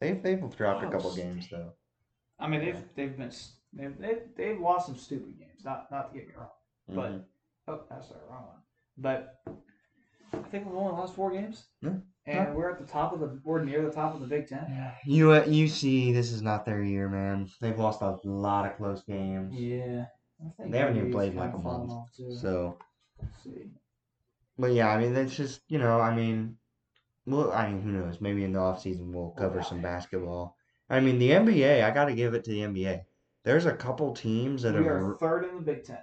A: They've they've dropped a
B: Ohio
A: couple
B: State.
A: games though.
B: I mean, they've
A: Yeah.
B: they've been s- they've they've, they've lost some stupid games. Not not to get me wrong. But-
A: Mhm.
B: Oh, that's the wrong one. But I think we've only lost four games.
A: Yeah.
B: And we're at the top of the we're near the top of the Big Ten.
A: you at UC, this is not their year, man. They've lost a lot of close games.
B: Yeah. I think
A: They haven't even
B: UV's
A: played in
B: kinda
A: like a
B: falling
A: month,
B: off, too.
A: So,
B: Let's see.
A: but yeah, I mean, that's just you know, I mean, well, I mean, who knows? Maybe in the off season we'll cover some basketball. I mean, the NBA. I got to give it to the NBA. There's a couple teams that
B: We
A: have
B: are third in the Big Ten.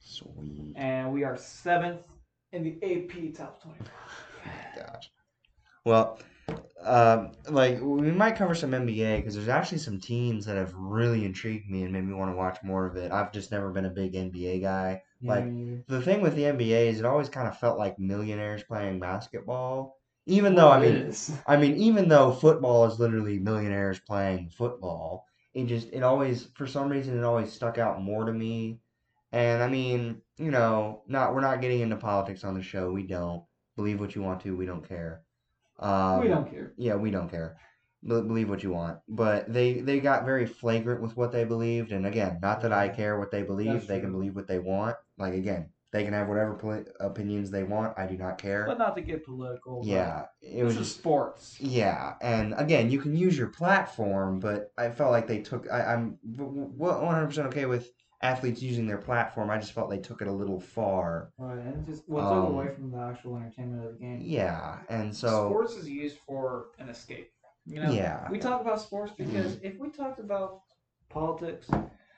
A: Sweet.
B: And we are seventh in the AP top twenty.
A: Gosh. Well, um, like we might cover some NBA because there's actually some teams that have really intrigued me and made me want to watch more of it. I've just never been a big NBA guy. Like-
B: Mm.
A: The thing with the NBA is it always kind of felt like millionaires playing basketball. Even though I
B: It
A: mean,
B: is.
A: I mean, even though football is literally millionaires playing football, it just it always for some reason it always stuck out more to me. And I mean, you know, not we're not getting into politics on the show. We don't believe what you want to. We don't care. Um,
B: we don't care.
A: Yeah, we don't care. Be- Believe what you want, but they they got very flagrant with what they believed. And again, not that I care what they believe.
B: That's
A: they can
B: true.
A: believe what they want. Like again, they can have whatever poli- opinions they want. I do not care.
B: But not to get political. but
A: yeah, it
B: This
A: was
B: is
A: just
B: sports.
A: yeah, and again, you can use your platform, but I felt like they took. I, I'm one hundred percent okay with athletes using their platform. I just felt they took it a little far.
B: Right, and it just well, it's all
A: Um,
B: away from the actual entertainment of the game.
A: Yeah, and so
B: sports is used for an escape. You know,
A: Yeah. Mm-hmm.
B: we talk about sports because if we talked about politics,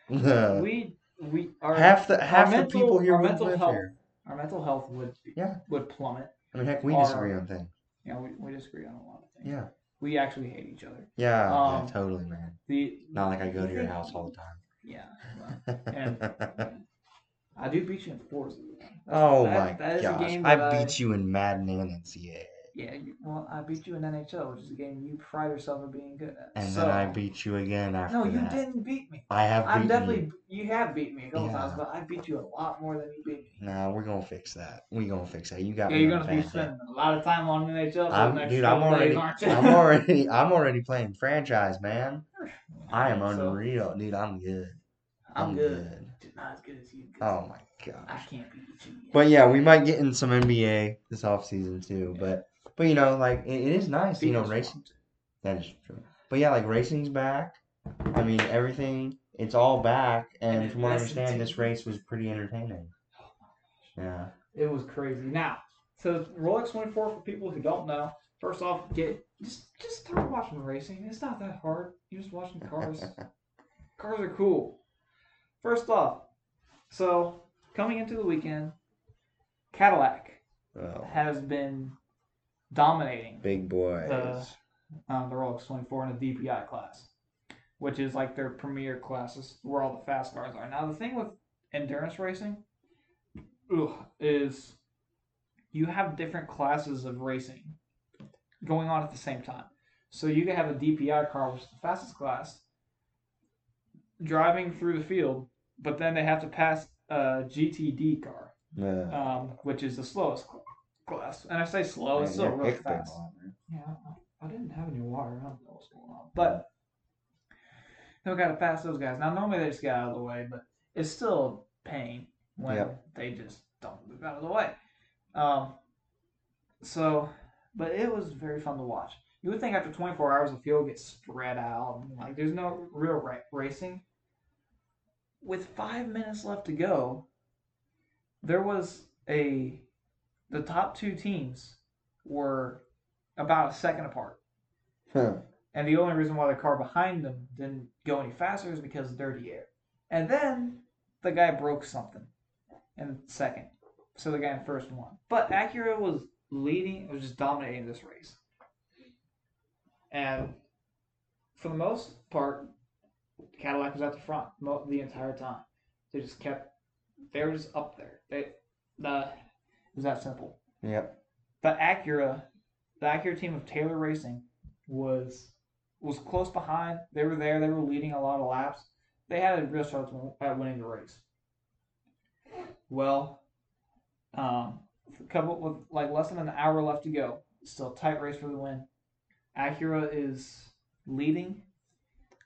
B: we we are
A: Uh, half the half the
B: mental-
A: people here
B: our
A: would
B: mental
A: live
B: health-
A: here.
B: our mental health would
A: Yeah.
B: would plummet.
A: I mean, heck, we
B: are-
A: disagree on things.
B: You know, we, we disagree on a lot of things.
A: Yeah,
B: We actually hate each other.
A: yeah, yeah,
B: Um,
A: totally, man.
B: The
A: Not like I go
B: you
A: to your
B: think-
A: house all the
B: Yeah, well,
A: time.
B: and- I do beat you in fours.
A: oh my
B: that- that is a
A: gosh,
B: game that
A: I
B: I-
A: beat you in Madden and NCAA,
B: Yeah, you, well, I beat you in NHL, which is a game you pride yourself on being good at.
A: and
B: so,
A: then I beat you again after
B: No, you
A: that.
B: didn't beat me.
A: I have
B: I'm
A: beaten
B: definitely.
A: you.
B: You have beat me a couple
A: Yeah.
B: times, but I beat you a lot more than you beat me.
A: Nah, we're gonna fix that. We gonna fix that. You got
B: Yeah,
A: me
B: you're
A: on
B: gonna be
A: bad day.
B: spending a lot of time on NHL for
A: I'm,
B: the next
A: dude, I'm
B: couple
A: already,
B: days, aren't you?
A: I'm already, I'm already playing franchise, man. I am
B: So,
A: unreal, dude. I'm good.
B: I'm good. Dude, Not as good as you. Good.
A: Oh my
B: I
A: gosh.
B: can't beat you. yet.
A: But yeah, we might get in some NBA this off season too. But but you know, like it, it is nice, you know,
B: Beatles
A: racing. That is true. But yeah, like racing's back. I mean, everything. It's all back, and,
B: And
A: from what I
B: that's
A: understand, this
B: insane. Oh
A: race was pretty entertaining. Yeah.
B: It was crazy. Now, so Rolex 24 for people who don't know. First off, get just just start watching racing. It's not that hard. You're just watching cars. cars are cool. First off, so coming into the weekend, Cadillac
A: Well,
B: has been dominating
A: big boys.
B: Uh, um, the Rolex 24 in the DPI class, which is like their premier classes where all the fast cars are. Now, the thing with endurance racing ugh, is you have different classes of racing going on at the same time. So you can have a DPI car, which is the fastest class, driving through the field, but then they have to pass a GTD car,
A: Uh,
B: um, which is the slowest cl- class. And I say slow, oh, it's still really fast. Yeah, I, I didn't have any water. I don't know what's going on. But still got to pass those guys. Now, normally they just get out of the way, but it's still a pain when
A: Yep.
B: they just don't move out of the way. Um, so, but it was very fun to watch. You would think after 24 hours, the field gets spread out. And, like, there's no real ra- racing. With five minutes left to go, there was a. The top two teams were about a second apart. And the only reason why the car behind them didn't go any faster is because of dirty air. And then the guy broke something in second. So the guy in first won. But Acura was leading, was just dominating this race. And for the most part, Cadillac was at the front mo- the entire time. They just kept, they were just up there. They, the, it was that simple
A: Yep.
B: the Acura, the Acura team of Taylor Racing was was close behind. They were there. They were leading a lot of laps. They had a real shot at winning the race. Well, um, a couple with like less than an hour left to go. Still a tight race for the win. Acura is leading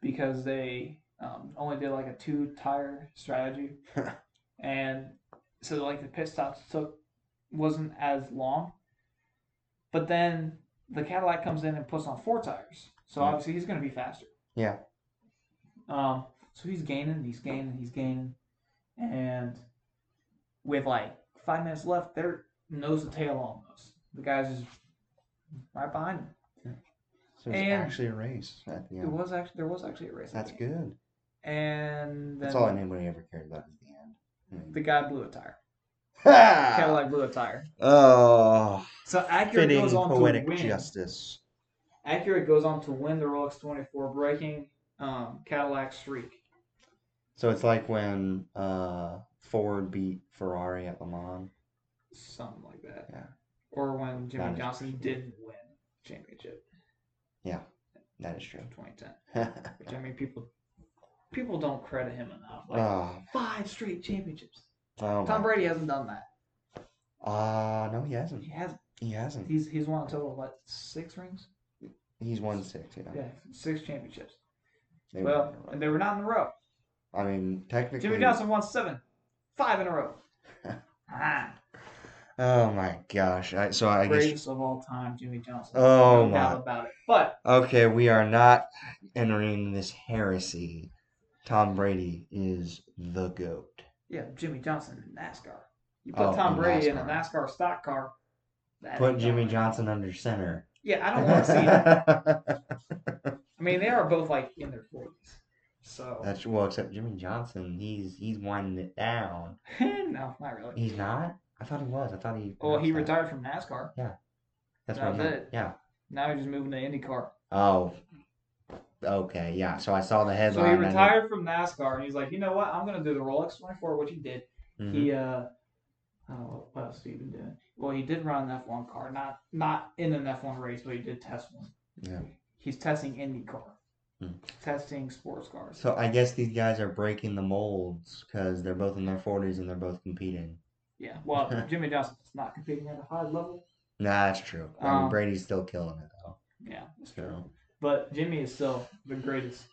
B: because they um, only did like a two tire strategy, and so like the pit stops took wasn't as long. But then the Cadillac comes in and puts on four tires. So
A: Yeah.
B: obviously he's going to be faster.
A: Yeah.
B: Um, so he's gaining, he's gaining, he's gaining. And with like five minutes left, they're nose to tail almost. The guy's just right behind him.
A: So it's
B: And-
A: actually a race at the
B: It
A: end.
B: was actually there was actually a race. at
A: That's
B: the end.
A: good.
B: And
A: That's
B: then
A: all anybody ever cared about is the end. I mean-
B: the guy blew a tire.
A: Ha!
B: Cadillac blew a tire.
A: Oh,
B: So Acura
A: fitting
B: goes on to
A: poetic
B: win.
A: justice.
B: Acura goes on to win the Rolex 24, breaking um, Cadillac's streak.
A: So it's like when uh, Ford beat Ferrari at Le Mans.
B: something like that.
A: Yeah.
B: Or when Jimmy
A: Not as
B: Johnson
A: personal.
B: didn't win championship
A: That is true.
B: in 2010, which I mean, people people don't credit him enough. Like
A: oh,
B: five straight championships.
A: oh
B: Tom
A: my-
B: Brady hasn't done that.
A: Uh, no, he hasn't.
B: He hasn't.
A: He hasn't.
B: He's he's won a total of what six rings?
A: He's won six. Yeah.
B: Yeah, six championships.
A: They won in a
B: well,
A: row.
B: and they were not in a row.
A: I mean, technically.
B: Jimmy Johnson won seven, five in a row. ah,
A: Oh my gosh. I, so I guess.
B: greatest of all time, Jimmy Johnson.
A: Oh
B: no
A: my
B: doubt about it. But
A: Okay, we are not entering this heresy. Tom Brady is the goat.
B: yeah, Jimmy Johnson in NASCAR. You put
A: Oh,
B: Tom
A: in
B: Brady in a
A: NASCAR.
B: NASCAR stock car. that
A: Put
B: ain't
A: Jimmy
B: going.
A: Johnson under center.
B: Yeah, I don't want to see that. I mean, they are both like in their forties, so
A: That's well, except Jimmy Johnson, he's he's winding it down.
B: no, not really.
A: He's not. I thought he was. I thought he.
B: Well, he
A: announced that.
B: retired from NASCAR.
A: That's what I
B: That's
A: meant.
B: it.
A: Yeah.
B: Now he's just moving to IndyCar.
A: Oh. Okay. Yeah. So I saw the
B: So he
A: headline. and it-
B: retired from NASCAR, and he's like, you know what? I'm gonna do the Rolex 24, which he did.
A: Mhm.
B: He uh,
A: Mm-hmm.
B: I don't know what else he been doing. Well, he did run an F1 car, not not in an F1 race, but he did test one.
A: Yeah.
B: He's testing IndyCar,
A: Hmm.
B: testing sports cars.
A: So I guess these guys are breaking the molds because they're both in their forties and they're both competing.
B: yeah. Well, Jimmy Johnson's not competing at a high level.
A: Nah, that's true. I mean,
B: Um,
A: Brady's still killing it though.
B: Yeah, that's true.
A: So
B: But Jimmy is still the greatest,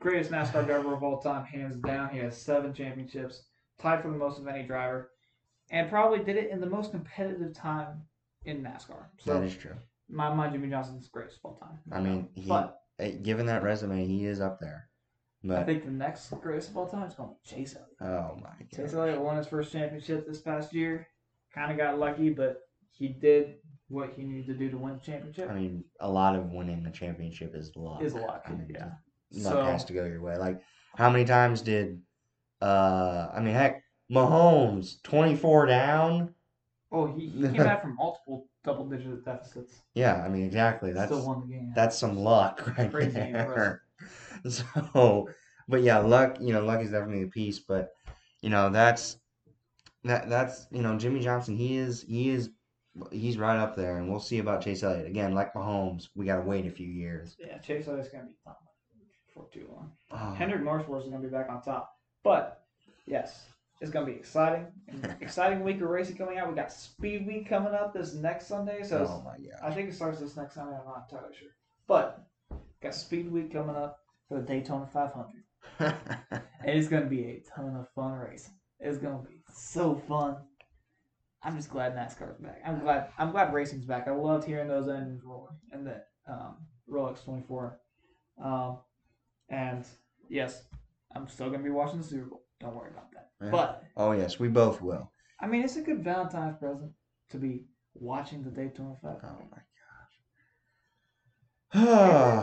B: greatest NASCAR driver of all time, hands down. He has seven championships, tied for the most of any driver, and probably did it in the most competitive time in NASCAR.
A: that
B: So,
A: is true.
B: my mind, Jimmy Johnson's the greatest of all time.
A: I mean, he,
B: but
A: eh, given that resume, he is up there.
B: I
A: But
B: think the next greatest of all time is going to be Chase Elliott.
A: oh my
B: Chase
A: god,
B: Elliott won his first championship this past year. Kind of got lucky, but he did what he needed to do to win the championship.
A: I mean, a lot of winning the championship is luck.
B: Is luck,
A: I mean,
B: yeah.
A: just luck
B: So-
A: has to go your way. Like, how many times did? uh I mean, heck, Mahomes twenty four down.
B: oh, he, he came back from multiple double-digit deficits.
A: Yeah, I mean, exactly. That's
B: Still won the game.
A: that's some luck right
B: Crazy
A: there. So, but yeah, luck. You know, luck is definitely a piece. But you know, that's that that's you know Jimmy Johnson. He is he is he's right up there, and we'll see about Chase Elliott again. Like Mahomes, we gotta wait a few years.
B: Yeah, Chase Elliott's gonna be top for too long.
A: Oh,
B: Hendrick Marshworth is gonna be back on top, but yes, it's gonna be exciting. exciting week of racing coming out. We got Speed Week coming up this next Sunday, so
A: oh
B: it's-
A: my god.
B: I think it starts this next Sunday. I'm not entirely sure, but got Speed Week coming up for the Daytona 500, and it's gonna be a ton of fun racing. It's gonna be so fun. I'm just glad NASCAR's back. I'm glad. I'm glad racing's back. I loved hearing those engines roar and that um, Rolex 24. Um, and yes, I'm still gonna be watching the Super Bowl. Don't worry about that.
A: Yeah.
B: But
A: oh yes, we both will.
B: I mean, it's a good Valentine's present to be watching the Daytona
A: Oh
B: 500.
A: my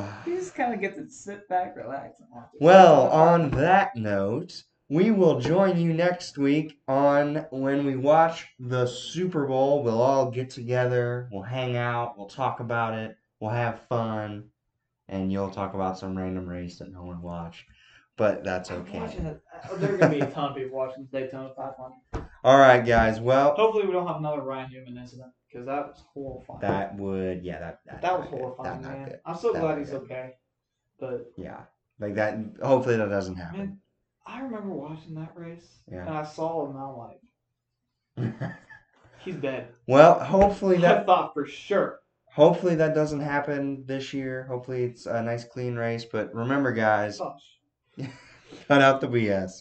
A: gosh.
B: You just kind of get to sit back, relax, and watch it.
A: Well, on that note, we will join you next week on when we watch the Super Bowl. We'll all get together, we'll hang out, we'll talk about it, we'll have fun, and you'll talk about some random race that no one watched. But that's
B: I'm
A: okay.
B: watching it. Uh, There are gonna be a ton of people watching the Daytona 500.
A: All right, guys. Well,
B: Hopefully, we don't have another Ryan Newman incident because that was horrifying.
A: that would yeah that that,
B: That was
A: not good.
B: horrifying,
A: That not
B: man.
A: good.
B: I'm so
A: That
B: glad
A: not
B: he's
A: good.
B: okay. But
A: Yeah, like that. Hopefully that doesn't happen.
B: I remember watching that race,
A: Yeah.
B: and I saw him, and I'm like, he's dead.
A: well, hopefully that
B: I thought for sure.
A: Hopefully that doesn't happen this year. Hopefully it's a nice clean race. But remember, guys,
B: Oh,
A: cut out the BS.